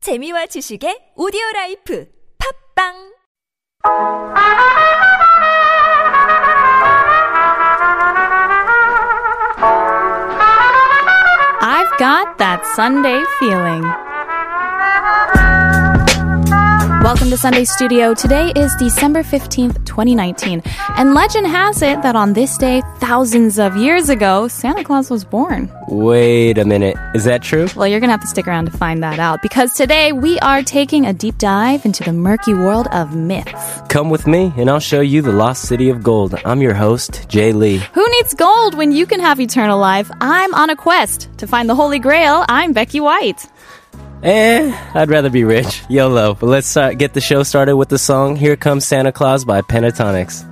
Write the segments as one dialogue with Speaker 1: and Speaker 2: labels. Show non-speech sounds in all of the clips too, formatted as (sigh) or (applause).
Speaker 1: 재미와 지식의 오디오 라이프 팝빵
Speaker 2: I've got that Sunday feeling. Welcome to Sunday Studio. Today is December 15th, 2019. And legend has it that on this day, thousands of years ago, Santa Claus was born.
Speaker 3: Wait a minute. Is that true?
Speaker 2: Well, you're going to have to stick around to find that out because today we are taking a deep dive into the murky world of myths.
Speaker 3: Come with me and I'll show you the lost city of gold. I'm your host, Jay Lee.
Speaker 2: Who needs gold when you can have eternal life? I'm on a quest to find the Holy Grail. I'm Becky White.
Speaker 3: Eh, I'd rather be rich. YOLO. But let's start, get the show started with the song Here Comes Santa Claus by Pentatonics.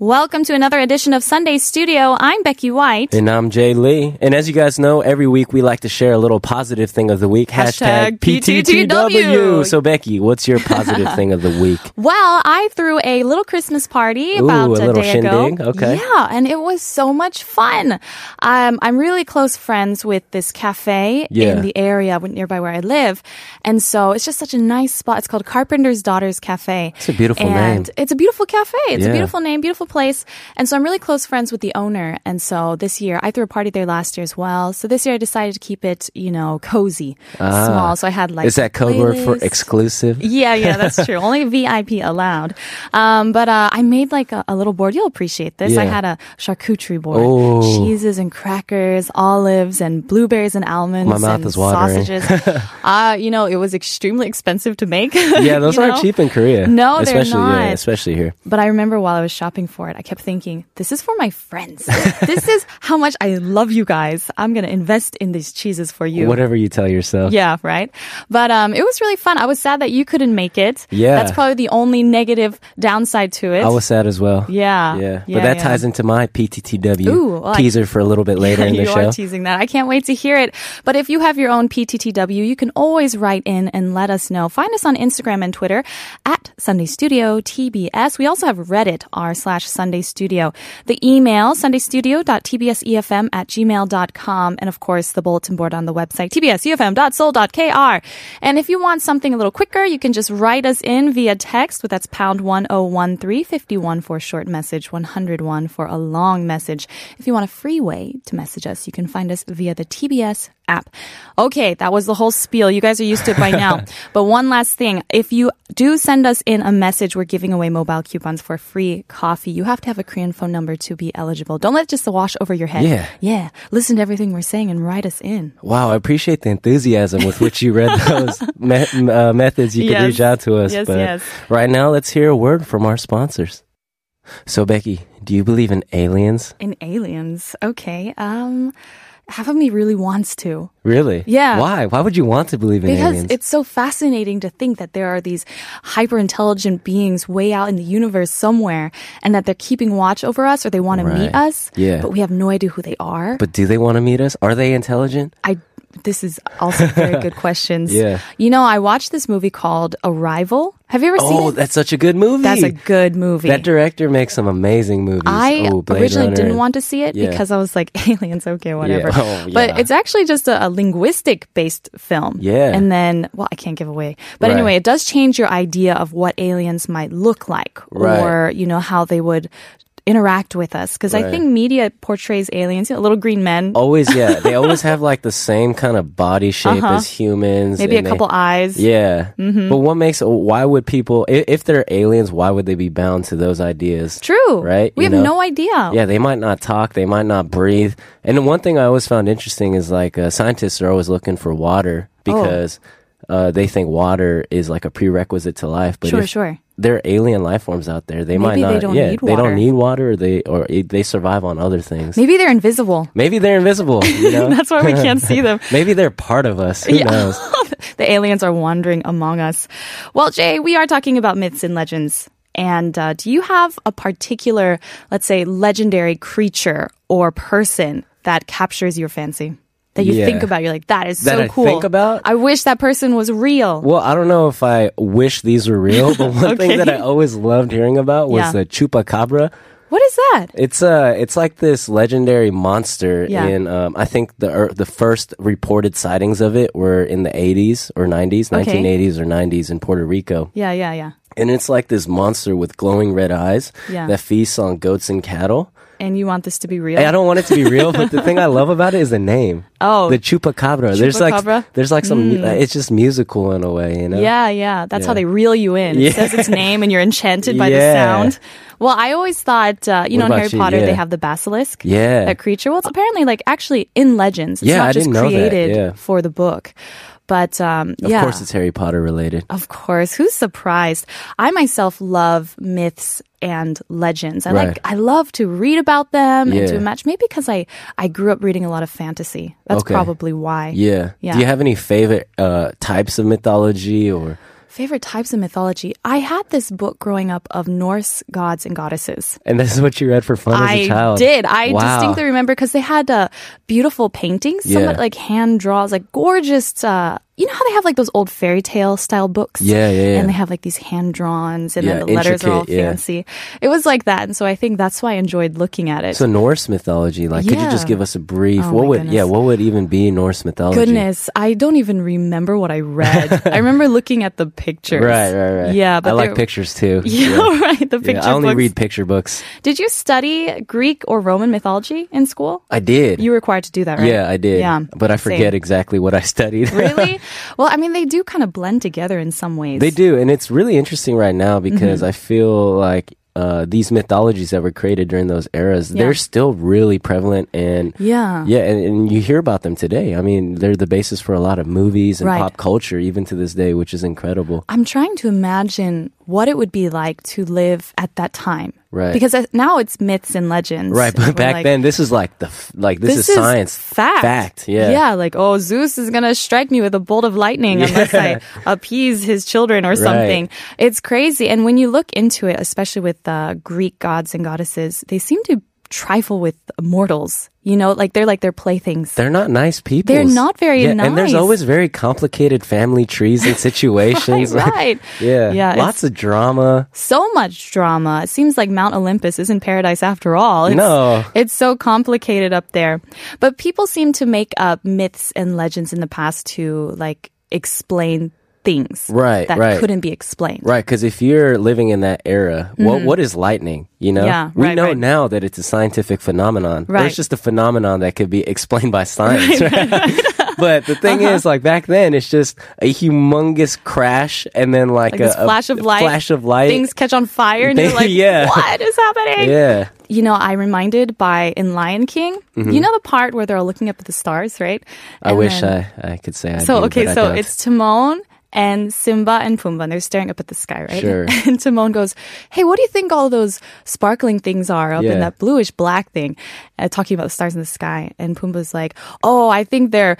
Speaker 2: Welcome to another edition of Sunday Studio. I'm Becky White.
Speaker 3: And I'm Jay Lee. And as you guys know, every week we like to share a little positive thing of the week.
Speaker 2: Hashtag PTTW.
Speaker 3: So, Becky, what's your positive thing of the
Speaker 2: (laughs)
Speaker 3: week?
Speaker 2: Well, I threw a little Christmas party
Speaker 3: Ooh,
Speaker 2: about
Speaker 3: a little
Speaker 2: day
Speaker 3: shindig.
Speaker 2: ago.
Speaker 3: Okay.
Speaker 2: Yeah, and it was so much fun. Um, I'm really close friends with this cafe
Speaker 3: Yeah.
Speaker 2: in the area w- nearby where I live, and so it's just such a nice spot. It's called Carpenter's Daughters Cafe.
Speaker 3: It's a beautiful
Speaker 2: and
Speaker 3: name.
Speaker 2: It's a beautiful cafe. It's a
Speaker 3: Yeah.
Speaker 2: beautiful name, beautiful place. And so I'm really close friends with the owner. And so this year, I threw a party there last year as well. So this year, I decided to keep it, you know, cozy, small. So I had like
Speaker 3: Ah. Is that code word for
Speaker 2: playlists. (laughs)
Speaker 3: exclusive?
Speaker 2: Yeah, yeah,
Speaker 3: (laughs)
Speaker 2: that's true. Only VIP allowed. Um, but uh, I made like a, a little board. You'll appreciate this. I
Speaker 3: Yeah.
Speaker 2: had a charcuterie board,
Speaker 3: Oh.
Speaker 2: cheeses and crackers, olives and blueberries and almonds.
Speaker 3: My
Speaker 2: and
Speaker 3: mouth is watering. (laughs)
Speaker 2: Sausages. uh, you know, it was extremely expensive to make. (laughs)
Speaker 3: Yeah, those
Speaker 2: you
Speaker 3: aren't
Speaker 2: know?
Speaker 3: cheap in Korea.
Speaker 2: No, they're
Speaker 3: especially, Yeah,
Speaker 2: not.
Speaker 3: especially here.
Speaker 2: But I remember while I was shopping for it, I kept thinking, this is for my friends. this is how much I love you guys. I'm going to invest in these cheeses for you.
Speaker 3: Whatever you tell yourself.
Speaker 2: Yeah, right. But um, it was really fun. I was sad that you couldn't make it.
Speaker 3: Yeah.
Speaker 2: that's probably the only negative downside to it.
Speaker 3: I was sad as well.
Speaker 2: Yeah.
Speaker 3: Yeah.
Speaker 2: Yeah,
Speaker 3: but that
Speaker 2: yeah.
Speaker 3: ties into my PTTW
Speaker 2: Ooh, well, I-
Speaker 3: teaser for a little
Speaker 2: (laughs)
Speaker 3: bit later in the
Speaker 2: you
Speaker 3: show.
Speaker 2: are teasing that. I can't wait to hear it. But if you have your own PTTW, you can always write in and let us know. Find us on Instagram and Twitter at Sunday Studio TBS. We also have Reddit r slash Sunday Studio. The email sundaystudio.tbsefm E at gmail.com. And of course, the bulletin board on the website tbsefm.soul.kr. And if you want something a little quicker, you can just write us in via text. With that's pound 1013551 for a short message, 101 for a long message. If you want a free way to message us, you can find us via the TBS app. Okay, that was the whole spiel. You guys are used to it by now. but one last thing. If you do send us in a message, we're giving away mobile coupons for free coffee. You have to have a Korean phone number to be eligible. Don't let it just wash over your head.
Speaker 3: Yeah.
Speaker 2: Yeah. Listen to everything we're saying and write us in.
Speaker 3: Wow, I appreciate the enthusiasm with which you read
Speaker 2: (laughs)
Speaker 3: those me- m- uh, methods. You
Speaker 2: Yes.
Speaker 3: can reach out to us.
Speaker 2: Yes,
Speaker 3: but
Speaker 2: yes.
Speaker 3: right now, let's hear a word from our sponsors. So, Becky, do you believe in aliens?
Speaker 2: In aliens. Okay. Um, half of me really wants to.
Speaker 3: Really?
Speaker 2: Yeah.
Speaker 3: Why? Why would you want to believe in
Speaker 2: Because
Speaker 3: aliens?
Speaker 2: it's so fascinating to think that there are these hyper intelligent beings way out in the universe somewhere and that they're keeping watch over us or they want to meet
Speaker 3: Right.
Speaker 2: us.
Speaker 3: Yeah.
Speaker 2: But we have no idea who they are.
Speaker 3: but do they want to meet us? Are they intelligent?
Speaker 2: I this is also
Speaker 3: (laughs)
Speaker 2: very good questions.
Speaker 3: Yeah.
Speaker 2: You know, I watched this movie called Arrival. Have you ever
Speaker 3: Oh,
Speaker 2: seen it?
Speaker 3: that's such a good movie.
Speaker 2: That's a good movie.
Speaker 3: That director makes some amazing movies.
Speaker 2: I
Speaker 3: Ooh, oh, Blade
Speaker 2: originally
Speaker 3: Runner
Speaker 2: didn't
Speaker 3: and-
Speaker 2: want to see it
Speaker 3: Yeah.
Speaker 2: because I was like, (laughs) aliens, okay, whatever.
Speaker 3: Oh,
Speaker 2: But
Speaker 3: yeah.
Speaker 2: it's actually just a, a linguistic based film.
Speaker 3: Yeah.
Speaker 2: And then, well, I can't give away. But
Speaker 3: Right.
Speaker 2: anyway, it does change your idea of what aliens might look like
Speaker 3: Right.
Speaker 2: or, you know, how they would interact with us. Because I
Speaker 3: Right. Oh,
Speaker 2: think media portrays aliens, you know, little green men,
Speaker 3: Always, yeah. They always have like the same kind of body shape as humans.
Speaker 2: Uh-huh. maybe a
Speaker 3: and they-
Speaker 2: couple Mm-hmm. eyes.
Speaker 3: Yeah. But what makes, why would people, i- if they're aliens, why would they be bound to those ideas?
Speaker 2: True.
Speaker 3: Right?
Speaker 2: We
Speaker 3: You
Speaker 2: have no
Speaker 3: know?
Speaker 2: idea.
Speaker 3: Yeah, they might not talk, they might not breathe. And the one thing I always found interesting is like uh, scientists are always looking for water
Speaker 2: Oh.
Speaker 3: because uh, they think water is like a prerequisite to life. But
Speaker 2: Sure,
Speaker 3: if
Speaker 2: sure.
Speaker 3: There are alien life forms out there. They might
Speaker 2: Maybe
Speaker 3: not.
Speaker 2: they don't
Speaker 3: yeah,
Speaker 2: need
Speaker 3: they
Speaker 2: water.
Speaker 3: don't need water. Or they or eh, they survive on other things.
Speaker 2: Maybe they're invisible. (laughs)
Speaker 3: Maybe they're invisible. You know?
Speaker 2: That's why we can't see them.
Speaker 3: Maybe they're part of us. Who
Speaker 2: Yeah.
Speaker 3: knows?
Speaker 2: the aliens are wandering among us. Well, Jay, we are talking about myths and legends. And uh, do you have a particular, let's say, legendary creature or person that captures your fancy? that you
Speaker 3: Yeah.
Speaker 2: think about. You're like, that is
Speaker 3: That
Speaker 2: so
Speaker 3: I
Speaker 2: cool.
Speaker 3: think about?
Speaker 2: I wish that person was real.
Speaker 3: Well, I don't know if I wish these were real, but one
Speaker 2: Okay.
Speaker 3: thing that I always loved hearing about was
Speaker 2: Yeah.
Speaker 3: the chupacabra.
Speaker 2: What is that?
Speaker 3: It's uh, it's like this legendary monster.
Speaker 2: Yeah.
Speaker 3: In um, I think the er, the first reported sightings of it were in the 80s or 90s,
Speaker 2: Okay.
Speaker 3: 1980s or 90s in Puerto Rico,
Speaker 2: Yeah, yeah, yeah.
Speaker 3: and it's like this monster with glowing red eyes
Speaker 2: Yeah.
Speaker 3: that feasts on goats and cattle.
Speaker 2: And you want this to be real?
Speaker 3: Hey, I don't want it to be real, but the thing I love about it is the name.
Speaker 2: Oh.
Speaker 3: the chupacabra. There's
Speaker 2: Chupacabra? Mm.
Speaker 3: like there's like some. mu- It's just musical in a way, you know.
Speaker 2: Yeah, yeah. That's how
Speaker 3: Yeah.
Speaker 2: they reel you in. It
Speaker 3: Yeah.
Speaker 2: says its name and you're enchanted by the
Speaker 3: Yeah.
Speaker 2: sound. Well, I always thought, uh, you know,
Speaker 3: What
Speaker 2: in
Speaker 3: about
Speaker 2: Harry
Speaker 3: you?
Speaker 2: Potter, they
Speaker 3: Yeah.
Speaker 2: have the basilisk.
Speaker 3: Yeah.
Speaker 2: That creature. Well, it's apparently like actually in legends. It's
Speaker 3: Yeah,
Speaker 2: not
Speaker 3: I
Speaker 2: just
Speaker 3: didn't know that,
Speaker 2: created
Speaker 3: yeah.
Speaker 2: for the book. But um,
Speaker 3: Of
Speaker 2: yeah.
Speaker 3: course, it's Harry Potter related.
Speaker 2: Of course. Who's surprised? I myself love myths and legends. I like
Speaker 3: Right.
Speaker 2: I love to read about them and to
Speaker 3: Yeah.
Speaker 2: imagine maybe because I I grew up reading a lot of fantasy. That's
Speaker 3: Okay.
Speaker 2: probably why.
Speaker 3: Yeah.
Speaker 2: Yeah.
Speaker 3: Do you have any favorite uh, types of mythology or?
Speaker 2: Favorite types of mythology. I had this book growing up of Norse gods and goddesses.
Speaker 3: And this is what you read for fun as
Speaker 2: I
Speaker 3: a child.
Speaker 2: did. I
Speaker 3: Wow.
Speaker 2: distinctly remember because they had uh, beautiful paintings, somewhat
Speaker 3: Yeah.
Speaker 2: like hand draws, like gorgeous. Uh, you know how they have like those old fairy tale style books?
Speaker 3: Yeah, yeah, yeah.
Speaker 2: And they have like these hand drawings, and then
Speaker 3: Yeah,
Speaker 2: the letters are all
Speaker 3: intricate, yeah.
Speaker 2: fancy. It was like that, and so I think that's why I enjoyed looking at it.
Speaker 3: So Norse mythology, like, could you just
Speaker 2: Yeah.
Speaker 3: give us a brief?
Speaker 2: Oh my
Speaker 3: what would, yeah,
Speaker 2: goodness.
Speaker 3: what would even be Norse mythology?
Speaker 2: Goodness, I don't even remember what I
Speaker 3: (laughs)
Speaker 2: read. I remember looking at the pictures.
Speaker 3: Right, right, right.
Speaker 2: Yeah, but
Speaker 3: I like
Speaker 2: they're-
Speaker 3: pictures too.
Speaker 2: (laughs) Yeah, right. The picture
Speaker 3: I only
Speaker 2: books.
Speaker 3: read picture books.
Speaker 2: Did you study Greek or Roman mythology in school?
Speaker 3: I did.
Speaker 2: You were required to do that, right?
Speaker 3: Yeah, I did.
Speaker 2: Yeah,
Speaker 3: but I forget (laughs)
Speaker 2: Same.
Speaker 3: exactly what I studied.
Speaker 2: really? Well, I mean, they do kind of blend together in some ways.
Speaker 3: They do, and it's really interesting right now
Speaker 2: Mm-hmm.
Speaker 3: because I feel like uh, these mythologies that were created during those eras,
Speaker 2: Yeah.
Speaker 3: they're still really prevalent and
Speaker 2: Yeah.
Speaker 3: yeah, and, and you hear about them today. I mean, they're the basis for a lot of movies and
Speaker 2: Right.
Speaker 3: pop culture even to this day, which is incredible.
Speaker 2: I'm trying to imagine what it would be like to live at that time.
Speaker 3: Right.
Speaker 2: Because I- now it's myths and legends.
Speaker 3: Right,
Speaker 2: We're
Speaker 3: but back
Speaker 2: like,
Speaker 3: then, this is like the f- like this, is, science
Speaker 2: Fact.
Speaker 3: Fact, yeah.
Speaker 2: Yeah, like, oh, Zeus is going to strike me with a bolt of lightning unless
Speaker 3: (laughs)
Speaker 2: I appease his children or something. It's crazy. And when you look into it, especially with uh, Greek gods and goddesses, they seem to trifle with mortals. You know, like they're like their playthings.
Speaker 3: They're not nice people.
Speaker 2: They're not very
Speaker 3: And there's
Speaker 2: nice.
Speaker 3: always very complicated family trees
Speaker 2: (laughs)
Speaker 3: and situations. (laughs)
Speaker 2: Right, right.
Speaker 3: yeah.
Speaker 2: Yeah, it's-
Speaker 3: Lots of drama.
Speaker 2: so much drama. It seems like Mount Olympus isn't paradise after all. It's,
Speaker 3: No.
Speaker 2: It's so complicated up there. But people seem to make up myths and legends in the past to like explain things
Speaker 3: Right,
Speaker 2: that
Speaker 3: right.
Speaker 2: couldn't be explained.
Speaker 3: Right, because if you're living in that era, what what is lightning? You know,
Speaker 2: Mm-hmm. Yeah,
Speaker 3: we
Speaker 2: right,
Speaker 3: know
Speaker 2: right.
Speaker 3: now that it's a scientific phenomenon.
Speaker 2: Right.
Speaker 3: it's just a phenomenon that could be explained by science. Right, (laughs) but the thing
Speaker 2: Uh-huh.
Speaker 3: is, like back then, it's just a humongous crash, and then like,
Speaker 2: Like this
Speaker 3: a, a-
Speaker 2: flash of
Speaker 3: a
Speaker 2: light.
Speaker 3: flash of light.
Speaker 2: Things catch on fire
Speaker 3: (laughs)
Speaker 2: and you're like,
Speaker 3: Yeah.
Speaker 2: what is happening?
Speaker 3: yeah,
Speaker 2: You know, I'm reminded by in Lion King, you know the part where they're all looking up at the stars, right?
Speaker 3: Mm-hmm. I
Speaker 2: And
Speaker 3: wish
Speaker 2: then-
Speaker 3: I I could say I.
Speaker 2: So
Speaker 3: do,
Speaker 2: okay,
Speaker 3: but I
Speaker 2: so
Speaker 3: don't.
Speaker 2: it's Timon and Simba and Pumbaa. And they're staring up at the sky, right?
Speaker 3: Sure.
Speaker 2: (laughs) And Timon goes, "Hey, what do you think all those sparkling things are up in
Speaker 3: Yeah.
Speaker 2: that bluish black thing?" Uh, talking about the stars in the sky, and Pumbaa's like, "Oh, I think they're."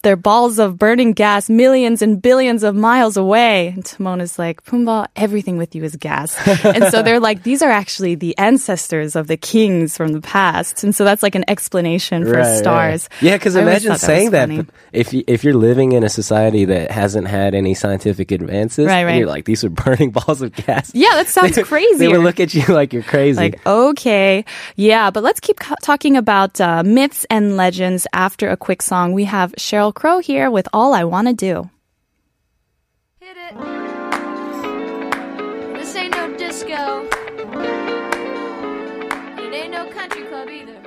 Speaker 2: They're balls of burning gas, millions and billions of miles away. And Timon is like, Pumbaa, everything with you is
Speaker 3: (laughs)
Speaker 2: gas. and so they're like, these are actually the ancestors of the kings from the past. And so that's like an explanation for
Speaker 3: Right, right.
Speaker 2: stars.
Speaker 3: Yeah,
Speaker 2: I
Speaker 3: because
Speaker 2: always
Speaker 3: imagine
Speaker 2: thought that
Speaker 3: saying
Speaker 2: was
Speaker 3: that,
Speaker 2: funny.
Speaker 3: if you, if you're living in a society that hasn't had any scientific advances,
Speaker 2: Right,
Speaker 3: and you're
Speaker 2: right.
Speaker 3: like these are (laughs) burning balls of gas.
Speaker 2: Yeah, that sounds crazy.
Speaker 3: (laughs) They would look at you (laughs) like you're crazy.
Speaker 2: Like, okay. Yeah, but let's keep co- talking about uh, myths and legends after a quick song. We have Cheryl Crow here with All I Want to Do.
Speaker 4: Hit it. This ain't no disco. It ain't no country club either.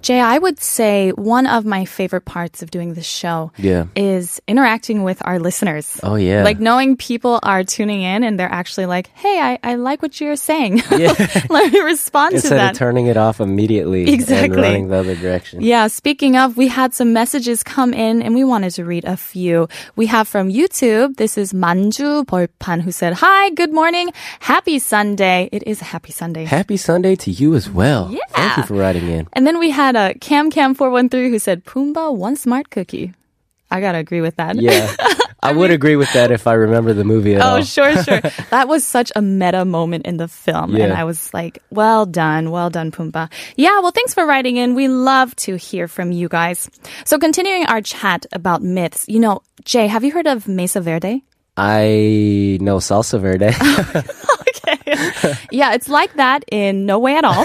Speaker 2: Jay, I would say one of my favorite parts of doing this show
Speaker 3: Yeah.
Speaker 2: is interacting with our listeners.
Speaker 3: Oh yeah.
Speaker 2: Like knowing people are tuning in and they're actually like, hey, I, I like what you're saying. (laughs) Let me respond to
Speaker 3: instead
Speaker 2: that.
Speaker 3: of turning it off immediately
Speaker 2: Exactly.
Speaker 3: and running the other direction.
Speaker 2: Yeah, speaking of, we had some messages come in and we wanted to read a few. We have from YouTube, this is Manju Bolpan who said, Hi, good morning, happy Sunday. It is a happy Sunday.
Speaker 3: Happy Sunday to you as well. Yeah. Thank you for writing in.
Speaker 2: and then we had a CamCam413 who said, Pumbaa, one smart cookie. (laughs) I gotta agree with that.
Speaker 3: Yeah. I, would agree with that if I remember the movie at all.
Speaker 2: Oh, sure, sure. that was such a meta moment in the film. And
Speaker 3: Yeah.
Speaker 2: I was like, well done, well done, Pumbaa. Yeah, well, thanks for writing in. We love to hear from you guys. So, continuing our chat about myths, you know, Jay, have you heard of Mesa Verde?
Speaker 3: I know salsa verde.
Speaker 2: (laughs) yeah, it's like that in no way at
Speaker 3: (laughs)
Speaker 2: all.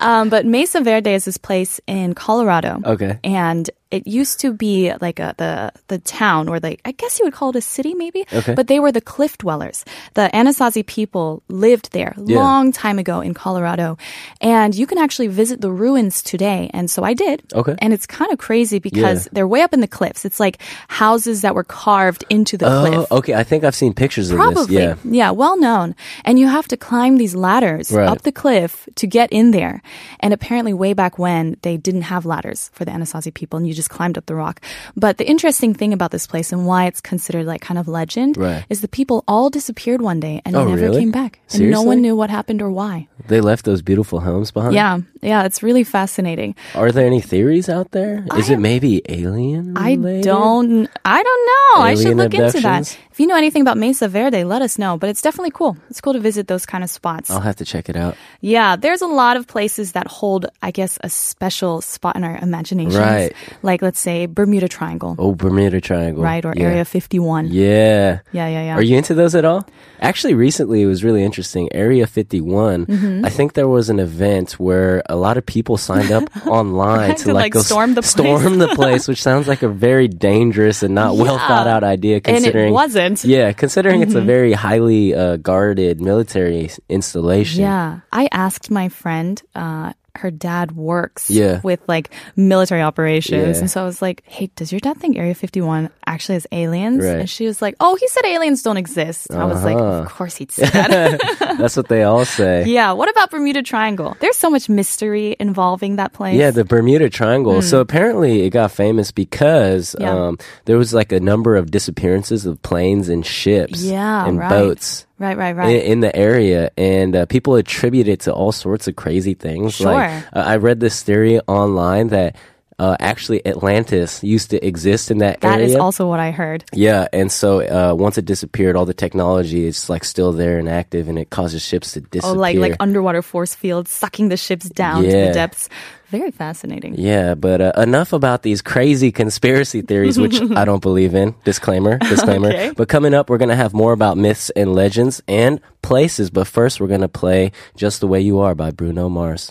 Speaker 2: um, but Mesa Verde is this place in Colorado.
Speaker 3: Okay.
Speaker 2: And it used to be like a, the the town, or like I guess you would call it a city, maybe.
Speaker 3: Okay.
Speaker 2: But they were the cliff dwellers. The Anasazi people lived there
Speaker 3: Yeah.
Speaker 2: long time ago in Colorado, and you can actually visit the ruins today. And so I did.
Speaker 3: Okay.
Speaker 2: And it's kind of crazy because
Speaker 3: Yeah.
Speaker 2: they're way up in the cliffs. It's like houses that were carved into
Speaker 3: (laughs)
Speaker 2: the cliff.
Speaker 3: oh, okay. I think I've seen pictures of
Speaker 2: Probably.
Speaker 3: this. Yeah.
Speaker 2: well known. And you have to climb these ladders
Speaker 3: Right.
Speaker 2: up the cliff to get in there. And apparently, way back when, they didn't have ladders for the Anasazi people, and you just climbed up the rock. But the interesting thing about this place and why it's considered like kind of legend
Speaker 3: Right.
Speaker 2: is the people all disappeared one day and
Speaker 3: Oh,
Speaker 2: never
Speaker 3: really?
Speaker 2: came back. And no
Speaker 3: Seriously?
Speaker 2: one knew what happened or why.
Speaker 3: They left those beautiful homes behind.
Speaker 2: Yeah, yeah, it's really fascinating.
Speaker 3: Are there any theories out there? Is it maybe alien?
Speaker 2: I
Speaker 3: related?
Speaker 2: don't, I don't know. I should
Speaker 3: Alien
Speaker 2: look into that.
Speaker 3: abductions?
Speaker 2: If you know anything about Mesa Verde, let us know. But it's definitely cool. It's cool to visit those kind of spots.
Speaker 3: I'll have to check it out.
Speaker 2: Yeah, there's a lot of places that hold, I guess, a special spot in our imaginations.
Speaker 3: Right.
Speaker 2: Like, let's say, Bermuda Triangle,
Speaker 3: Oh, Bermuda Triangle.
Speaker 2: right? Or
Speaker 3: yeah.
Speaker 2: Area 51.
Speaker 3: Yeah.
Speaker 2: yeah, yeah. yeah.
Speaker 3: Are you into those at all? Actually, recently it was really interesting. Area 51,
Speaker 2: Mm-hmm.
Speaker 3: I think there was an event where a lot of people signed
Speaker 2: (laughs)
Speaker 3: up online to,
Speaker 2: To,
Speaker 3: like,
Speaker 2: like,
Speaker 3: go
Speaker 2: storm the place.
Speaker 3: storm the place, which sounds like a very dangerous and not well
Speaker 2: Yeah.
Speaker 3: thought out idea
Speaker 2: and it
Speaker 3: considering
Speaker 2: wasn't. Mm-hmm.
Speaker 3: Yeah, considering it's a very highly uh, guarded military s- installation.
Speaker 2: Yeah. I asked my friend, uh, her dad works
Speaker 3: Yeah.
Speaker 2: with like military operations.
Speaker 3: Yeah.
Speaker 2: And so I was like, hey, does your dad think Area 51 actually has aliens?
Speaker 3: Right. Uh-huh.
Speaker 2: And she was like, oh, he said aliens don't exist. I was like, of course he'd say
Speaker 3: (laughs)
Speaker 2: that.
Speaker 3: That's what they
Speaker 2: (laughs)
Speaker 3: all say.
Speaker 2: yeah. What about Bermuda Triangle? There's so much mystery involving that place.
Speaker 3: Yeah, the Bermuda Triangle. So apparently it got famous because
Speaker 2: Hmm. Yeah.
Speaker 3: um, there was like a number of disappearances of planes and ships
Speaker 2: Yeah,
Speaker 3: and
Speaker 2: right.
Speaker 3: boats.
Speaker 2: Right, right,
Speaker 3: in,
Speaker 2: right.
Speaker 3: in the area, and uh, people attribute it to all sorts of crazy things. Like
Speaker 2: Sure.
Speaker 3: uh, I read this theory online that uh, actually Atlantis used to exist in that,
Speaker 2: That
Speaker 3: area.
Speaker 2: is also what I heard.
Speaker 3: yeah, and so uh, once it disappeared, all the technology is like still there and active, and it causes ships to
Speaker 2: Oh,
Speaker 3: disappear.
Speaker 2: like like underwater force fields sucking the ships down to the
Speaker 3: Yeah.
Speaker 2: depths. Very fascinating.
Speaker 3: yeah, but uh, enough about these crazy conspiracy theories, which I don't believe in. Disclaimer, disclaimer.
Speaker 2: Okay.
Speaker 3: But coming up, we're going to have more about myths and legends and places. But first, we're going to play Just the Way You Are by Bruno Mars.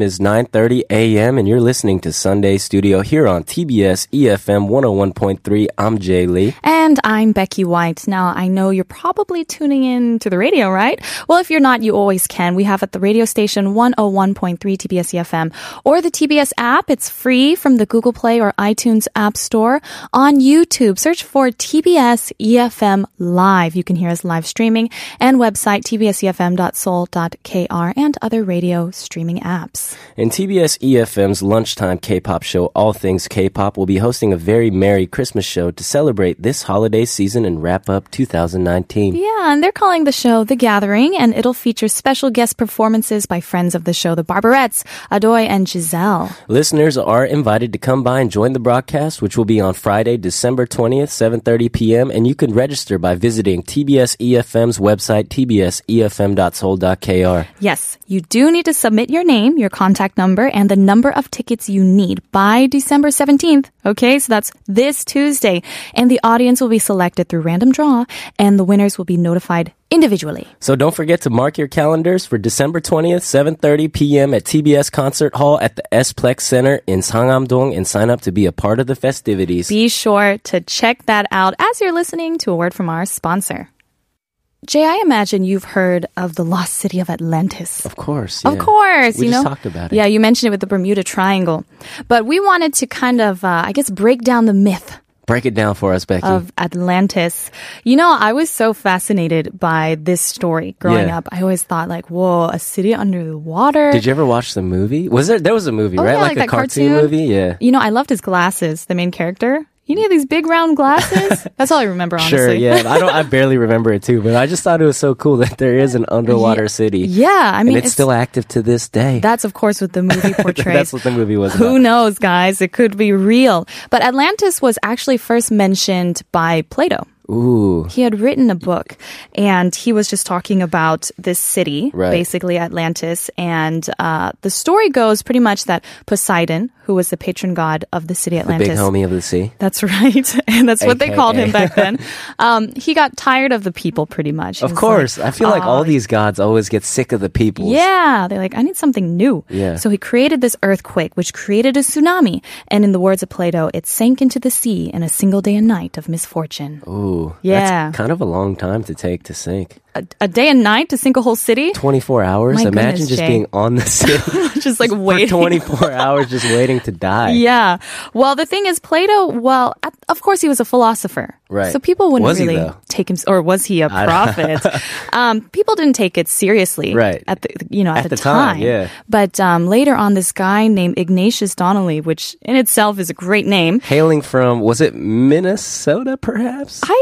Speaker 3: It is 9:30 a.m. and you're listening to Sunday Studio here on TBS EFM 101.3. I'm Jay Lee.
Speaker 2: And I'm Becky White. Now, I know you're probably tuning in to the radio, right? Well, if you're not, you always can. We have at the radio station 101.3 TBS EFM E or the TBS app. It's free from the Google Play or iTunes App Store. On YouTube, search for TBS EFM E Live. You can hear us live streaming and website tbsefm.soul.kr and other radio streaming apps.
Speaker 3: And TBS EFM's E lunchtime K-pop show All Things K-pop will be hosting a very merry Christmas show to celebrate this holiday season and wrap up 2019.
Speaker 2: Yeah, and they're calling the show The Gathering, and it'll feature special guest performances by friends of the show, the Barbarettes, Adoy and Giselle.
Speaker 3: Listeners are invited to come by and join the broadcast, which will be on Friday, December 20th, 7:30 p.m. And you can register by visiting TBS EFM's E website, E tbsefm.soul.kr.
Speaker 2: Yes, you do need to submit your name, your contact number, and the number of tickets you need by December 17th. Okay, so that's this Tuesday. And the audience will be selected through random draw, and the winners will be notified individually.
Speaker 3: So don't forget to mark your calendars for December 20th, 7:30 p.m. at TBS Concert Hall at the S-Plex Center in Sangam-dong and sign up to be a part of the festivities.
Speaker 2: Be sure to check that out as you're listening to a word from our sponsor. Jay, I imagine you've heard of the lost city of Atlantis.
Speaker 3: of course.
Speaker 2: Of
Speaker 3: yeah.
Speaker 2: course,
Speaker 3: We
Speaker 2: you
Speaker 3: just
Speaker 2: know.
Speaker 3: talked about it.
Speaker 2: Yeah, you mentioned it with the Bermuda Triangle, but we wanted to kind of, uh, I guess, break down the myth
Speaker 3: Break it down for us, Becky.
Speaker 2: of Atlantis. You know, I was so fascinated by this story growing
Speaker 3: Yeah.
Speaker 2: up. I always thought, like, whoa, a city under the water.
Speaker 3: Did you ever watch the movie? Was there there was a movie,
Speaker 2: Oh,
Speaker 3: right?
Speaker 2: yeah,
Speaker 3: like,
Speaker 2: like that
Speaker 3: a cartoon,
Speaker 2: cartoon.
Speaker 3: movie? Yeah.
Speaker 2: You know, I loved his glasses, the main character. You need these big round glasses.
Speaker 3: (laughs)
Speaker 2: That's all I remember, honestly.
Speaker 3: Sure, yeah. I don't. I barely remember it too, but I just thought it was so cool that there is an underwater city.
Speaker 2: Yeah, I mean,
Speaker 3: and it's, still active to this day. (laughs)
Speaker 2: That's of course what the movie portrays.
Speaker 3: That's what the movie was.
Speaker 2: Who
Speaker 3: about.
Speaker 2: knows, guys? It could be real. But Atlantis was actually first mentioned by Plato.
Speaker 3: Ooh,
Speaker 2: He had written a book and he was just talking about this city,
Speaker 3: Right.
Speaker 2: basically Atlantis. And uh, the story goes pretty much that Poseidon, who was the patron god of the city
Speaker 3: the big
Speaker 2: Atlantis,
Speaker 3: homie of the sea.
Speaker 2: that's right. (laughs) And that's what they called him
Speaker 3: AKA. (laughs)
Speaker 2: back then. Um, he got tired of the people pretty much.
Speaker 3: Of
Speaker 2: He's
Speaker 3: course, I feel like
Speaker 2: "Oh,
Speaker 3: all these gods always get sick of the people.
Speaker 2: Yeah, they're like, I need something new.
Speaker 3: Yeah.
Speaker 2: So he created this earthquake, which created a tsunami. And in the words of Plato, it sank into the sea in a single day and night of misfortune.
Speaker 3: Ooh,
Speaker 2: Yeah.
Speaker 3: That's kind of a long time to take to sink.
Speaker 2: A, a day and night to sink a whole city? (laughs)
Speaker 3: Twenty-four hours.
Speaker 2: My
Speaker 3: Imagine
Speaker 2: goodness,
Speaker 3: just
Speaker 2: Jay.
Speaker 3: being on the
Speaker 2: (laughs)
Speaker 3: sea.
Speaker 2: Just like
Speaker 3: for
Speaker 2: waiting.
Speaker 3: 24 hours just waiting to die.
Speaker 2: Yeah. Well, the thing is, Plato. Well, at- of course, he was a philosopher,
Speaker 3: Right.
Speaker 2: So people wouldn't
Speaker 3: Was he,
Speaker 2: really
Speaker 3: though?
Speaker 2: take him, or was he a
Speaker 3: I don't-
Speaker 2: prophet?
Speaker 3: (laughs)
Speaker 2: um, people didn't take it seriously,
Speaker 3: Right.
Speaker 2: At the you know at,
Speaker 3: At the time, yeah.
Speaker 2: But um, later on, this guy named Ignatius Donnelly, which in itself is a great name.
Speaker 3: Hailing from, was it Minnesota perhaps?
Speaker 2: I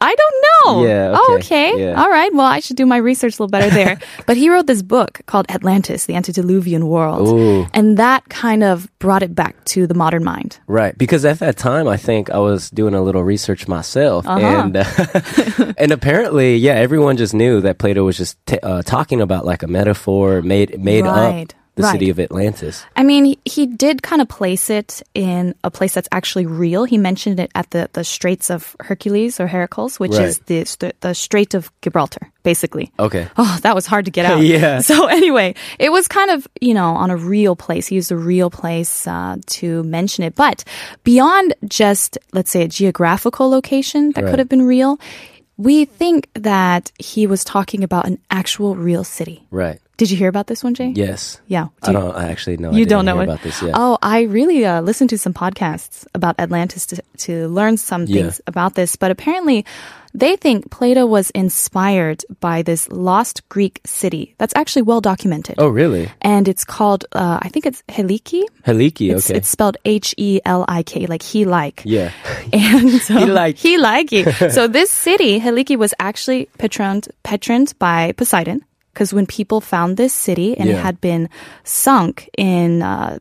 Speaker 2: I don't know.
Speaker 3: Yeah,
Speaker 2: Oh,
Speaker 3: okay,
Speaker 2: okay.
Speaker 3: yeah.
Speaker 2: All right. Well, I should do my research a little better
Speaker 3: (laughs)
Speaker 2: there. but he wrote this book called Atlantis: The Antediluvian World,
Speaker 3: Ooh.
Speaker 2: and that kind of brought it back to the modern mind.
Speaker 3: Right, because at that time, I think I was doing a little research myself,
Speaker 2: Uh-huh.
Speaker 3: and uh, (laughs) and apparently, yeah, everyone just knew that Plato was just t- uh, talking about like a metaphor made made
Speaker 2: Right,
Speaker 3: up the city
Speaker 2: right.
Speaker 3: of Atlantis.
Speaker 2: I mean, he- he did kind of place it in a place that's actually real. He mentioned it at the, the Straits of Hercules or Heracles, which
Speaker 3: Right.
Speaker 2: is the, st- the Strait of Gibraltar, basically.
Speaker 3: Okay,
Speaker 2: Oh, that was hard to
Speaker 3: (laughs)
Speaker 2: get out.
Speaker 3: Yeah.
Speaker 2: So (laughs) anyway, it was kind of, you know, on a real place. He used a real place uh, to mention it. But beyond just, let's say, a geographical location that could
Speaker 3: Right.
Speaker 2: have been real, we think that he was talking about an actual real city.
Speaker 3: right,
Speaker 2: Did you hear about this one, Jay?
Speaker 3: yes,
Speaker 2: Yeah. Do
Speaker 3: I
Speaker 2: you-
Speaker 3: don't I actually know.
Speaker 2: you don't know it.
Speaker 3: about this yet.
Speaker 2: Oh, I really uh, listened to some podcasts about Atlantis to, to learn some
Speaker 3: Yeah.
Speaker 2: things about this, but apparently they think Plato was inspired by this lost Greek city that's actually well documented.
Speaker 3: Oh, really?
Speaker 2: And it's called, uh, I think it's Heliki.
Speaker 3: Heliki,
Speaker 2: It's,
Speaker 3: okay,
Speaker 2: it's spelled H E L I K, like he like.
Speaker 3: yeah, (laughs)
Speaker 2: And so,
Speaker 3: like-
Speaker 2: he like
Speaker 3: (laughs)
Speaker 2: you. so this city, Heliki, was actually patroned patroned by Poseidon. Because when people found this city and it
Speaker 3: Yeah.
Speaker 2: had been sunk in uh,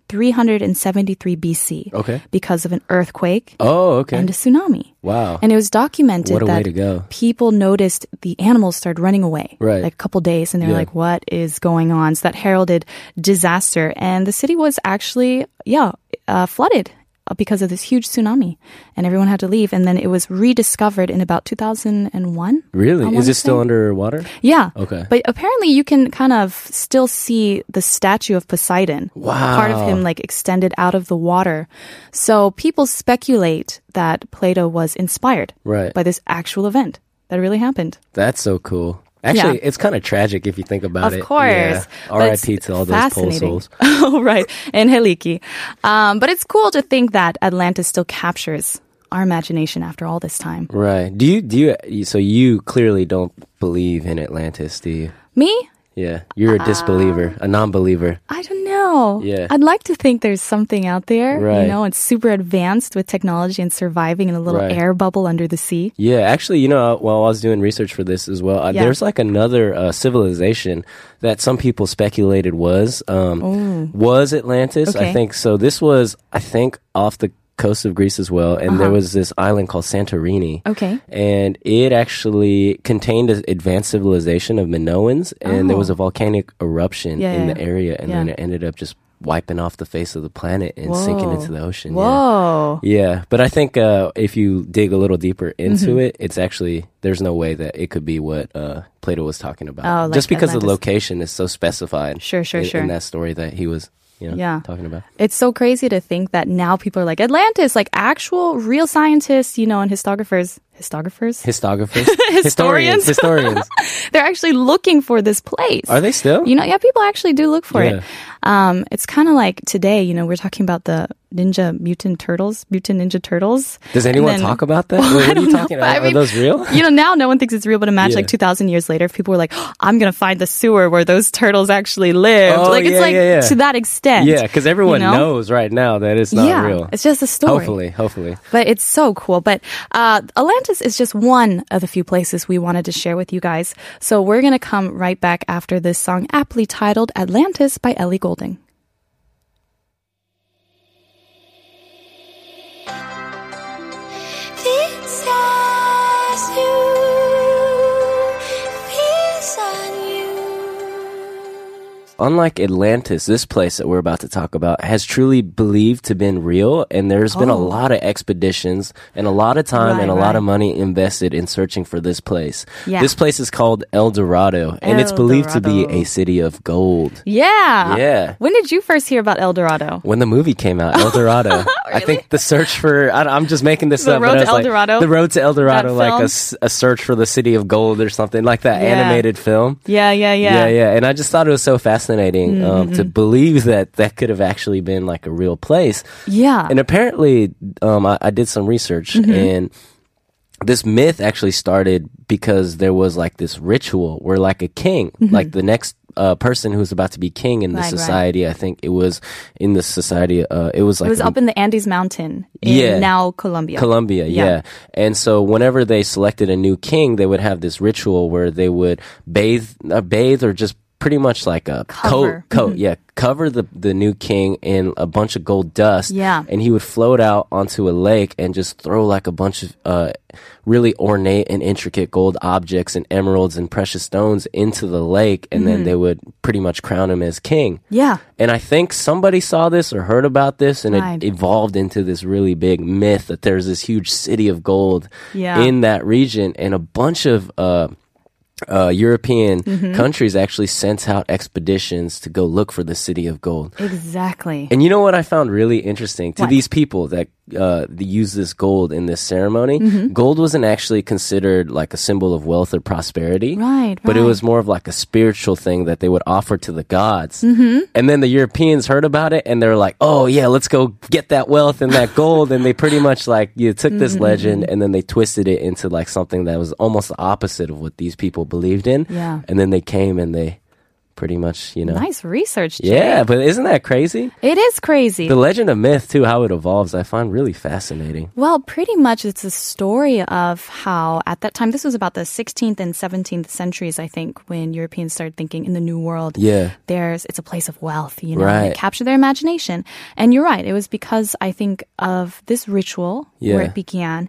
Speaker 2: 373 BC,
Speaker 3: Okay.
Speaker 2: because of an earthquake
Speaker 3: oh, okay,
Speaker 2: and a tsunami,
Speaker 3: wow,
Speaker 2: and it was documented
Speaker 3: What a way
Speaker 2: that
Speaker 3: to go.
Speaker 2: people noticed the animals started running away,
Speaker 3: Right.
Speaker 2: like a couple days, and they were
Speaker 3: Yeah.
Speaker 2: like, "What is going on?" So that heralded disaster, and the city was actually, yeah, uh, flooded uh, because of this huge tsunami, and everyone had to leave. And then it was rediscovered in about 2001. I
Speaker 3: really? Is
Speaker 2: wanna
Speaker 3: it
Speaker 2: say.
Speaker 3: still underwater?
Speaker 2: Yeah.
Speaker 3: Okay.
Speaker 2: But apparently, you can kind of still see the statue of Poseidon.
Speaker 3: Wow.
Speaker 2: Part of him, like, extended out of the water. So people speculate that Plato was inspired
Speaker 3: Right.
Speaker 2: by this actual event that really happened. (laughs)
Speaker 3: That's so cool. Actually,
Speaker 2: Yeah.
Speaker 3: it's kind of tragic if you think about
Speaker 2: of
Speaker 3: it.
Speaker 2: course.
Speaker 3: Yeah.
Speaker 2: But it's
Speaker 3: RIP to all those pole
Speaker 2: fascinating.
Speaker 3: souls.
Speaker 2: oh, right. And Heliki. Um, but it's cool to think that Atlantis still captures our imagination after all this time.
Speaker 3: Right. Do you do you so you clearly don't believe in Atlantis, do you?
Speaker 2: Me?
Speaker 3: Yeah. You're a disbeliever,
Speaker 2: Um.
Speaker 3: a non-believer.
Speaker 2: I don't know.
Speaker 3: Yeah.
Speaker 2: I'd like to think there's something out there. You
Speaker 3: Right.
Speaker 2: know, it's super advanced with technology and surviving in a little
Speaker 3: Right.
Speaker 2: air bubble under the sea.
Speaker 3: Yeah, actually, you know, while I was doing research for this as well, uh,
Speaker 2: Yeah.
Speaker 3: there's like another uh, civilization that some people speculated was um, was Atlantis.
Speaker 2: Okay.
Speaker 3: I think so. This was, I think, off the coast of Greece as well, and there was this island called Santorini.
Speaker 2: Uh-huh. Okay.
Speaker 3: and it actually contained an advanced civilization of Minoans, and there was a volcanic eruption
Speaker 2: Oh. Yeah,
Speaker 3: in
Speaker 2: yeah,
Speaker 3: the area, and
Speaker 2: yeah.
Speaker 3: then it ended up just wiping off the face of the planet and sinking
Speaker 2: Whoa.
Speaker 3: into the ocean. yeah.
Speaker 2: Whoa.
Speaker 3: Yeah, but I think uh, if you dig a little deeper into
Speaker 2: Mm-hmm.
Speaker 3: it, it's actually there's no way that it could be what uh, Plato was talking about.
Speaker 2: Oh, like
Speaker 3: Just because the
Speaker 2: Atlantis.
Speaker 3: location is so specified.
Speaker 2: Sure, sure,
Speaker 3: in,
Speaker 2: sure.
Speaker 3: In that story that he was, you know,
Speaker 2: Yeah.
Speaker 3: talking about.
Speaker 2: It's so crazy to think that now people are like Atlantis, like actual real scientists, you know, and historiographers,
Speaker 3: (laughs)
Speaker 2: historiographers,
Speaker 3: Histographers,
Speaker 2: (laughs) Historians. (laughs)
Speaker 3: historians, historians.
Speaker 2: they're actually looking for this place.
Speaker 3: Are they still?
Speaker 2: You know, yeah, people actually do look for it.
Speaker 3: Yeah.
Speaker 2: Um, it's kind of like today, you know, we're talking about the Ninja Mutant Turtles, Mutant Ninja Turtles.
Speaker 3: Does
Speaker 2: And
Speaker 3: anyone
Speaker 2: then-
Speaker 3: talk
Speaker 2: (laughs)
Speaker 3: about that?
Speaker 2: Well,
Speaker 3: Wait,
Speaker 2: I
Speaker 3: what are
Speaker 2: don't
Speaker 3: you
Speaker 2: know,
Speaker 3: talking
Speaker 2: but I
Speaker 3: about?
Speaker 2: mean-
Speaker 3: Are those
Speaker 2: (laughs)
Speaker 3: real?
Speaker 2: You know, now no one thinks it's real, but imagine like
Speaker 3: Yeah.
Speaker 2: 2,000 years later, if people were like, "Oh, I'm going to find the sewer where those turtles actually lived.
Speaker 3: Oh,
Speaker 2: like, it's
Speaker 3: yeah,
Speaker 2: like
Speaker 3: yeah, yeah.
Speaker 2: to that extent.
Speaker 3: Yeah, because everyone
Speaker 2: you know?
Speaker 3: knows right now that it's not
Speaker 2: yeah,
Speaker 3: real.
Speaker 2: it's just a story.
Speaker 3: Hopefully, hopefully.
Speaker 2: But it's so cool. But uh, Atlantis is just one of the few places we wanted to share with you guys. So we're going to come right back after this song, aptly titled Atlantis by Ellie Golding.
Speaker 5: Feels as you, feels on you.
Speaker 3: Unlike Atlantis, this place that we're about to talk about has truly believed to been real, and there's been a
Speaker 2: Oh.
Speaker 3: lot of expeditions and a lot of time
Speaker 2: Right,
Speaker 3: and a lot of
Speaker 2: right.
Speaker 3: money invested in searching for this place.
Speaker 2: Yeah.
Speaker 3: This place is called El Dorado, and it's believed to be
Speaker 2: Dorado.
Speaker 3: a city of gold.
Speaker 2: Yeah.
Speaker 3: Yeah.
Speaker 2: When did you first hear about El Dorado?
Speaker 3: When the movie came out, El
Speaker 2: (laughs)
Speaker 3: Dorado, I think the search for, I, am just making this
Speaker 2: The
Speaker 3: up.
Speaker 2: Road
Speaker 3: but I
Speaker 2: to
Speaker 3: was
Speaker 2: El
Speaker 3: like,
Speaker 2: Dorado?
Speaker 3: The Road to El Dorado, like
Speaker 2: film?
Speaker 3: a, s- a search for the city of gold or something, like that
Speaker 2: Yeah.
Speaker 3: animated film.
Speaker 2: Yeah, yeah,
Speaker 3: Yeah.
Speaker 2: yeah. Mm-hmm.
Speaker 3: yeah, And I just thought it was so fascinating um, to believe that that could have actually been like a real place.
Speaker 2: Yeah. Mm-hmm.
Speaker 3: And apparently, um, I, I did some research and. This myth actually started because there was like this ritual where, like, a king, like the next uh, person who's about to be king in the
Speaker 2: Mm-hmm. Right, right.
Speaker 3: society, I think it was in the society, uh, it was like
Speaker 2: it was
Speaker 3: an-
Speaker 2: up in the Andes Mountain in
Speaker 3: Yeah.
Speaker 2: now Colombia.
Speaker 3: Colombia,
Speaker 2: Yeah.
Speaker 3: yeah. And so whenever they selected a new king, they would have this ritual where they would bathe, uh, bathe or just pretty much like a
Speaker 2: Cover. Mm-hmm.
Speaker 3: coat, coat, yeah, cover the the new king in a bunch of gold dust.
Speaker 2: Yeah.
Speaker 3: and he would float out onto a lake and just throw like a bunch of uh, really ornate and intricate gold objects and emeralds and precious stones into the lake, and
Speaker 2: Mm-hmm.
Speaker 3: then they would pretty much crown him as king.
Speaker 2: yeah.
Speaker 3: And I think somebody saw this or heard about this, and
Speaker 2: Right.
Speaker 3: it evolved into this really big myth that there's this huge city of gold
Speaker 2: Yeah.
Speaker 3: in that region, and a bunch of uh, uh, European
Speaker 2: Mm-hmm.
Speaker 3: countries actually sent out expeditions to go look for the city of gold.
Speaker 2: Exactly.
Speaker 3: And you know what I found really interesting to
Speaker 2: What?
Speaker 3: these people that uh, they use this gold in this ceremony.
Speaker 2: Mm-hmm.
Speaker 3: Gold wasn't actually considered like a symbol of wealth or prosperity,
Speaker 2: Right,
Speaker 3: But it
Speaker 2: right.
Speaker 3: was more of like a spiritual thing that they would offer to the gods. Mm-hmm. And then the Europeans heard about it and they were like, "Oh yeah, let's go get that wealth and that gold." and they pretty much like you took this
Speaker 2: Mm-hmm.
Speaker 3: legend and then they twisted it into like something that was almost the opposite of what these people believed in.
Speaker 2: Yeah.
Speaker 3: And then they came and they pretty much, you know.
Speaker 2: Nice research. Jay.
Speaker 3: Yeah, but isn't that crazy?
Speaker 2: It is crazy.
Speaker 3: The legend of myth, too, how it evolves, I find really fascinating.
Speaker 2: Well, pretty much it's a story of how at that time, this was about the 16th and 17th centuries, I think, when Europeans started thinking in the New World.
Speaker 3: Yeah.
Speaker 2: There's, it's a place of wealth, you know,
Speaker 3: Right.
Speaker 2: it captured their imagination. And you're right. It was because I think of this ritual where
Speaker 3: Yeah.
Speaker 2: it began.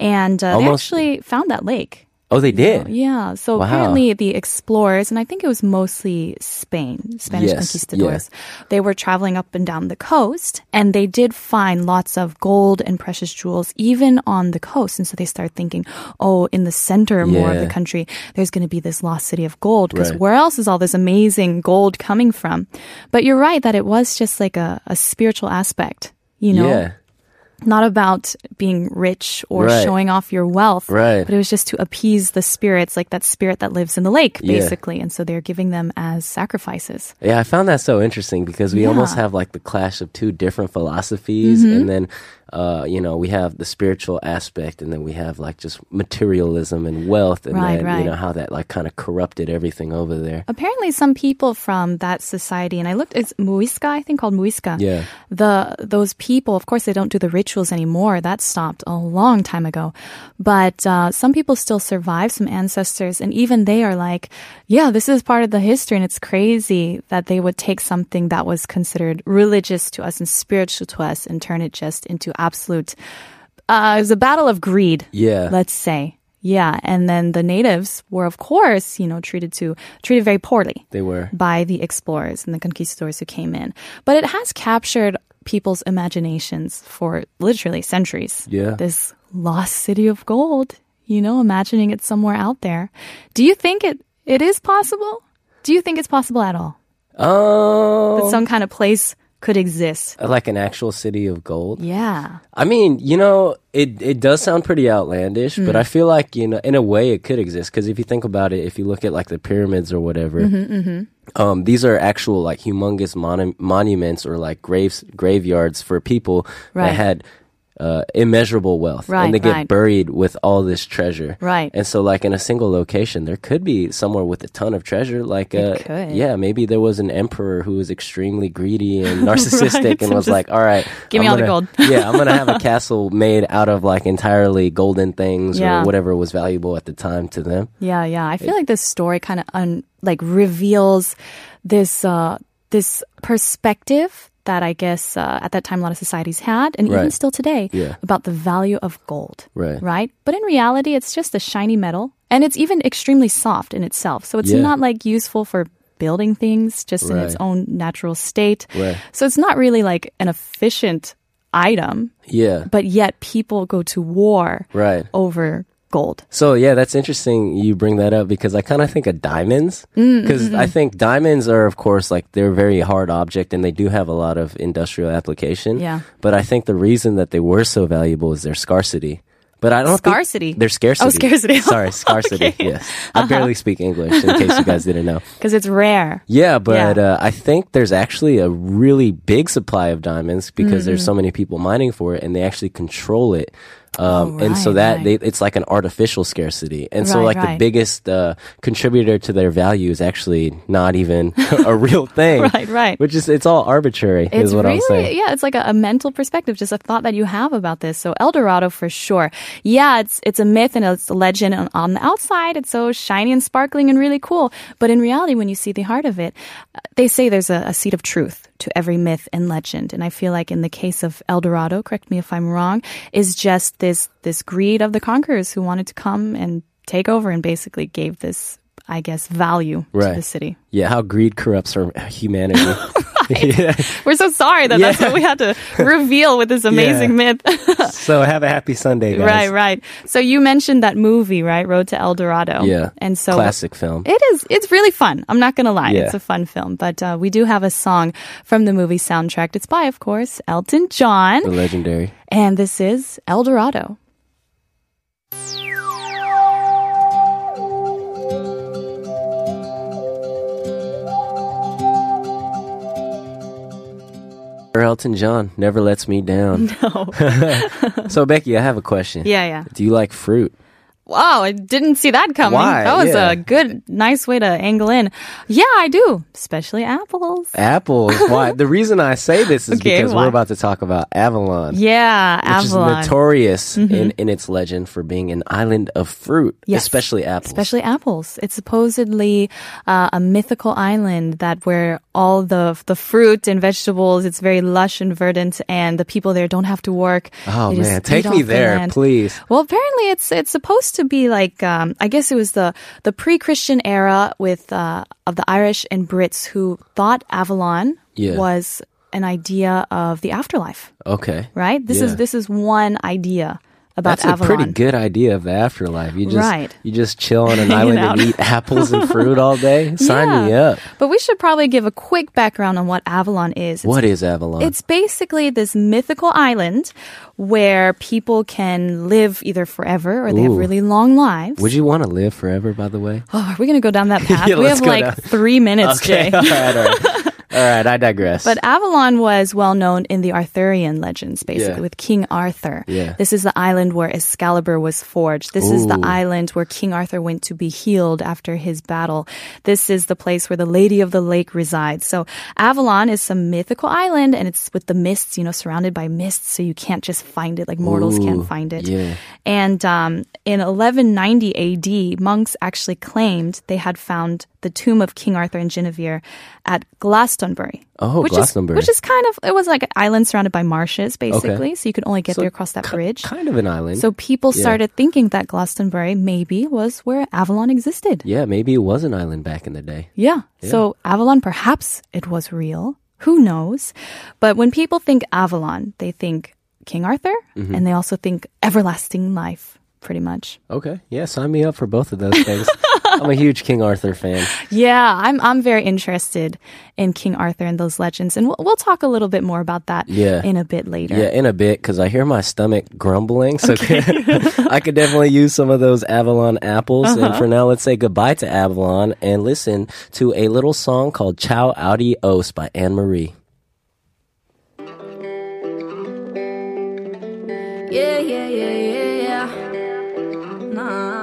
Speaker 2: And uh,
Speaker 3: Almost-
Speaker 2: they actually found that lake.
Speaker 3: Oh, they did?
Speaker 2: Yeah. So
Speaker 3: Wow.
Speaker 2: apparently the explorers, and I think it was mostly Spain, Spanish
Speaker 3: Yes,
Speaker 2: conquistadors, they were traveling up and down the coast and they did find lots of gold and precious jewels even on the coast. And so they started thinking, oh, in the center more of the
Speaker 3: Yeah.
Speaker 2: country, there's going to be this lost city of gold because
Speaker 3: Right.
Speaker 2: where else is all this amazing gold coming from? But you're right that it was just like a, a spiritual aspect. You know,
Speaker 3: Yeah.
Speaker 2: not about being rich or
Speaker 3: Right.
Speaker 2: showing off your wealth,
Speaker 3: Right.
Speaker 2: but it was just to appease the spirits, like that spirit that lives in the lake,
Speaker 3: Yeah.
Speaker 2: basically. And so they're giving them as sacrifices.
Speaker 3: Yeah, I found that so interesting because we almost have like the clash of two different philosophies,
Speaker 2: Mm-hmm.
Speaker 3: and then, uh, you know, we have the spiritual aspect, and then we have like just materialism and wealth, and
Speaker 2: Right,
Speaker 3: then,
Speaker 2: right. Oh.
Speaker 3: you know, how that like kind of corrupted everything over there.
Speaker 2: Apparently, some people from that society, and I looked, it's Muisca, I think called Muisca.
Speaker 3: Yeah.
Speaker 2: The, those people, of course, they don't do the rituals anymore. That stopped a long time ago. But, uh, some people still survive, some ancestors, and even they are like, yeah, this is part of the history. And it's crazy that they would take something that was considered religious to us and spiritual to us and turn it just into absolute, uh, it was a battle of greed.
Speaker 3: Yeah.
Speaker 2: Let's say. Yeah, and then the natives were, of course, you know, treated to treated very poorly
Speaker 3: They were.
Speaker 2: by the explorers and the conquistadors who came in. But it has captured people's imaginations for literally centuries.
Speaker 3: Yeah.
Speaker 2: This lost city of gold, you know, imagining it somewhere out there. Do you think it it is possible? Do you think it's possible at all?
Speaker 3: Oh.
Speaker 2: That some kind of place could exist.
Speaker 3: Like an actual city of gold.
Speaker 2: Yeah.
Speaker 3: I mean, you know, it it does sound pretty outlandish,
Speaker 2: Mm-hmm.
Speaker 3: but I feel like you know, in a way, it could exist because if you think about it, if you look at like the pyramids or whatever,
Speaker 2: Mm-hmm,
Speaker 3: Um, these are actual like humongous monu- monuments or like graves graveyards for people
Speaker 2: Right.
Speaker 3: that had. Uh, immeasurable wealth,
Speaker 2: Right,
Speaker 3: and they
Speaker 2: right.
Speaker 3: get buried with all this treasure,
Speaker 2: Right.
Speaker 3: And so, like in a single location, there could be somewhere with a ton of treasure. Like, uh,
Speaker 2: It could.
Speaker 3: yeah, maybe there was an emperor who was extremely greedy and
Speaker 2: (laughs) Right,
Speaker 3: narcissistic,
Speaker 2: and
Speaker 3: and was
Speaker 2: just-
Speaker 3: like, "All right,
Speaker 2: Give me all the
Speaker 3: gonna-
Speaker 2: gold.
Speaker 3: (laughs) yeah, I'm gonna
Speaker 2: (laughs)
Speaker 3: have a castle made out of like entirely golden things
Speaker 2: Yeah.
Speaker 3: or whatever was valuable at the time to them.
Speaker 2: Yeah, yeah. I feel like this story kind of un- like reveals this uh this perspective that I guess uh, at that time a lot of societies had, and even
Speaker 3: Right.
Speaker 2: still today,
Speaker 3: Yeah.
Speaker 2: about the value of gold.
Speaker 3: Right.
Speaker 2: Right. But in reality, it's just a shiny metal, and it's even extremely soft in itself. So it's
Speaker 3: Yeah.
Speaker 2: not like useful for building things just in its
Speaker 3: Right.
Speaker 2: own natural state.
Speaker 3: Right.
Speaker 2: So it's not really like an efficient item,
Speaker 3: Yeah,
Speaker 2: but yet people go to war
Speaker 3: right.
Speaker 2: over gold.
Speaker 3: So yeah, that's interesting. You bring that up because I kind of think of diamonds
Speaker 2: Mm,
Speaker 3: because
Speaker 2: mm-hmm,
Speaker 3: I think diamonds are, of course, like they're a very hard object and they do have a lot of industrial application.
Speaker 2: Yeah.
Speaker 3: But I think the reason that they were so valuable is their scarcity. But I don't
Speaker 2: Scarcity?
Speaker 3: Think their scarcity.
Speaker 2: Oh, scarcity. (laughs)
Speaker 3: Sorry, scarcity.
Speaker 2: Okay. Uh-huh.
Speaker 3: Yes, I barely speak English in case you guys didn't
Speaker 2: (laughs)
Speaker 3: know.
Speaker 2: Because it's rare.
Speaker 3: Yeah, but
Speaker 2: Yeah.
Speaker 3: Uh, I think there's actually a really big supply of diamonds because there's
Speaker 2: Mm-hmm.
Speaker 3: so many people mining for it, and they actually control it. Um,
Speaker 2: Oh,
Speaker 3: and so
Speaker 2: right,
Speaker 3: that
Speaker 2: right.
Speaker 3: They, it's like an artificial scarcity, and so
Speaker 2: Right,
Speaker 3: like
Speaker 2: right.
Speaker 3: the biggest uh, contributor to their value is actually not even (laughs) a real thing,
Speaker 2: (laughs) Right, right.
Speaker 3: Which is it's all arbitrary, is what
Speaker 2: really,
Speaker 3: I'm saying.
Speaker 2: yeah, it's like a, a mental perspective, just a thought that you have about this. So El Dorado for sure. Yeah, it's it's a myth and it's a legend. On, on the outside, it's so shiny and sparkling and really cool, but in reality, when you see the heart of it, uh, they say there's a, a seed of truth to every myth and legend. And I feel like in the case of El Dorado, correct me if I'm wrong, is just this this greed of the conquerors who wanted to come and take over and basically gave this, I guess, value to
Speaker 3: Right.
Speaker 2: the city.
Speaker 3: Yeah, how greed corrupts our
Speaker 2: (laughs)
Speaker 3: humanity. yeah.
Speaker 2: We're so sorry that that's
Speaker 3: Yeah.
Speaker 2: what we had
Speaker 3: (laughs)
Speaker 2: to reveal with this amazing myth. (laughs)
Speaker 3: So have a happy Sunday, guys.
Speaker 2: right, right. So you mentioned that movie, right? Road to El Dorado.
Speaker 3: Yeah,
Speaker 2: And so
Speaker 3: classic film.
Speaker 2: it is. It's really fun. I'm not gonna lie.
Speaker 3: Yeah.
Speaker 2: It's a fun film. But uh, we do have a song from the movie soundtrack. It's by, of course, Elton John,
Speaker 3: the legendary.
Speaker 2: and this is El Dorado.
Speaker 3: Elton John never lets
Speaker 2: (laughs)
Speaker 3: me down.
Speaker 2: Oh,
Speaker 3: (laughs) So Becky, I have a question.
Speaker 2: yeah, yeah.
Speaker 3: Do you like fruit?
Speaker 2: Wow, I didn't see that coming.
Speaker 3: Why?
Speaker 2: That was
Speaker 3: Yeah.
Speaker 2: a good, nice way to angle in. Yeah, I do, especially apples. (laughs)
Speaker 3: Apples. Why? the reason I say this is
Speaker 2: Okay,
Speaker 3: because
Speaker 2: why?
Speaker 3: we're about to talk about Avalon.
Speaker 2: Yeah,
Speaker 3: Which is
Speaker 2: Avalon. Mm-hmm.
Speaker 3: notorious in, in its legend for being an island of fruit,
Speaker 2: Yes.
Speaker 3: especially apples.
Speaker 2: Especially apples. It's supposedly uh, a mythical island that where all the the fruit and vegetables. It's very lush and verdant, and the people there don't have to work.
Speaker 3: oh
Speaker 2: They just
Speaker 3: man,
Speaker 2: eat
Speaker 3: take
Speaker 2: off
Speaker 3: me
Speaker 2: the
Speaker 3: there,
Speaker 2: land.
Speaker 3: please.
Speaker 2: Well, apparently it's it's supposed to be like um, I guess it was the the pre-Christian era with uh, of the Irish and Brits who thought Avalon
Speaker 3: Yeah.
Speaker 2: was an idea of the afterlife.
Speaker 3: Okay.
Speaker 2: Right. This is
Speaker 3: Yeah.
Speaker 2: this is one idea about
Speaker 3: That's
Speaker 2: Avalon.
Speaker 3: a pretty good idea of the afterlife. You just
Speaker 2: Right.
Speaker 3: you just chill on
Speaker 2: (laughs)
Speaker 3: an
Speaker 2: Hanging
Speaker 3: island
Speaker 2: out.
Speaker 3: and eat apples
Speaker 2: (laughs)
Speaker 3: and fruit all day. Sign me
Speaker 2: Yeah.
Speaker 3: up.
Speaker 2: But we should probably give a quick background on what Avalon is. It's,
Speaker 3: What is Avalon?
Speaker 2: It's basically this mythical island where people can live either forever or they have
Speaker 3: Ooh.
Speaker 2: really long lives.
Speaker 3: Would you want to live forever? By the way.
Speaker 2: oh, are we going to go down that path?
Speaker 3: (laughs) Yeah,
Speaker 2: we
Speaker 3: let's
Speaker 2: have
Speaker 3: go
Speaker 2: like
Speaker 3: down.
Speaker 2: three minutes,
Speaker 3: (laughs) okay.
Speaker 2: Jay.
Speaker 3: all right. All right. All right. I digress.
Speaker 2: But Avalon was well known in the Arthurian legends, basically,
Speaker 3: Yeah.
Speaker 2: with King Arthur.
Speaker 3: Yeah.
Speaker 2: This is the island where Excalibur was forged. This is the
Speaker 3: Ooh.
Speaker 2: island where King Arthur went to be healed after his battle. This is the place where the Lady of the Lake resides. So Avalon is some mythical island, and it's with the mists, you know, surrounded by mists, so you can't just find it, like mortals can't
Speaker 3: Ooh,
Speaker 2: find it.
Speaker 3: yeah.
Speaker 2: And um, in 1190 AD, monks actually claimed they had found the tomb of King Arthur and Guinevere at Glastonbury.
Speaker 3: Oh,
Speaker 2: which
Speaker 3: Glastonbury.
Speaker 2: Is, which is kind of, it was like an island surrounded by marshes, basically. So you could only get
Speaker 3: So
Speaker 2: there across that
Speaker 3: ki-
Speaker 2: bridge.
Speaker 3: Kind of an island.
Speaker 2: So people
Speaker 3: Yeah.
Speaker 2: started thinking that Glastonbury maybe was where Avalon existed.
Speaker 3: Yeah, maybe it was an island back in the day.
Speaker 2: Yeah. So Avalon, perhaps it was real. Who knows? But when people think Avalon, they think King Arthur
Speaker 3: Mm-hmm.
Speaker 2: and they also think everlasting life, pretty much.
Speaker 3: Okay. Yeah, sign me up for both of those things. (laughs) I'm a huge King Arthur fan.
Speaker 2: Yeah, I'm I'm very interested in King Arthur and those legends, and we'll, we'll talk a little bit more about that
Speaker 3: Yeah.
Speaker 2: in a bit later.
Speaker 3: Yeah, in a bit because I hear my stomach grumbling. So (laughs) I could definitely use some of those Avalon apples.
Speaker 2: Uh-huh.
Speaker 3: And for now, let's say goodbye to Avalon and listen to a little song called Chow Audi Os by Anne Marie.
Speaker 6: Yeah, yeah, yeah, yeah, yeah. Nah.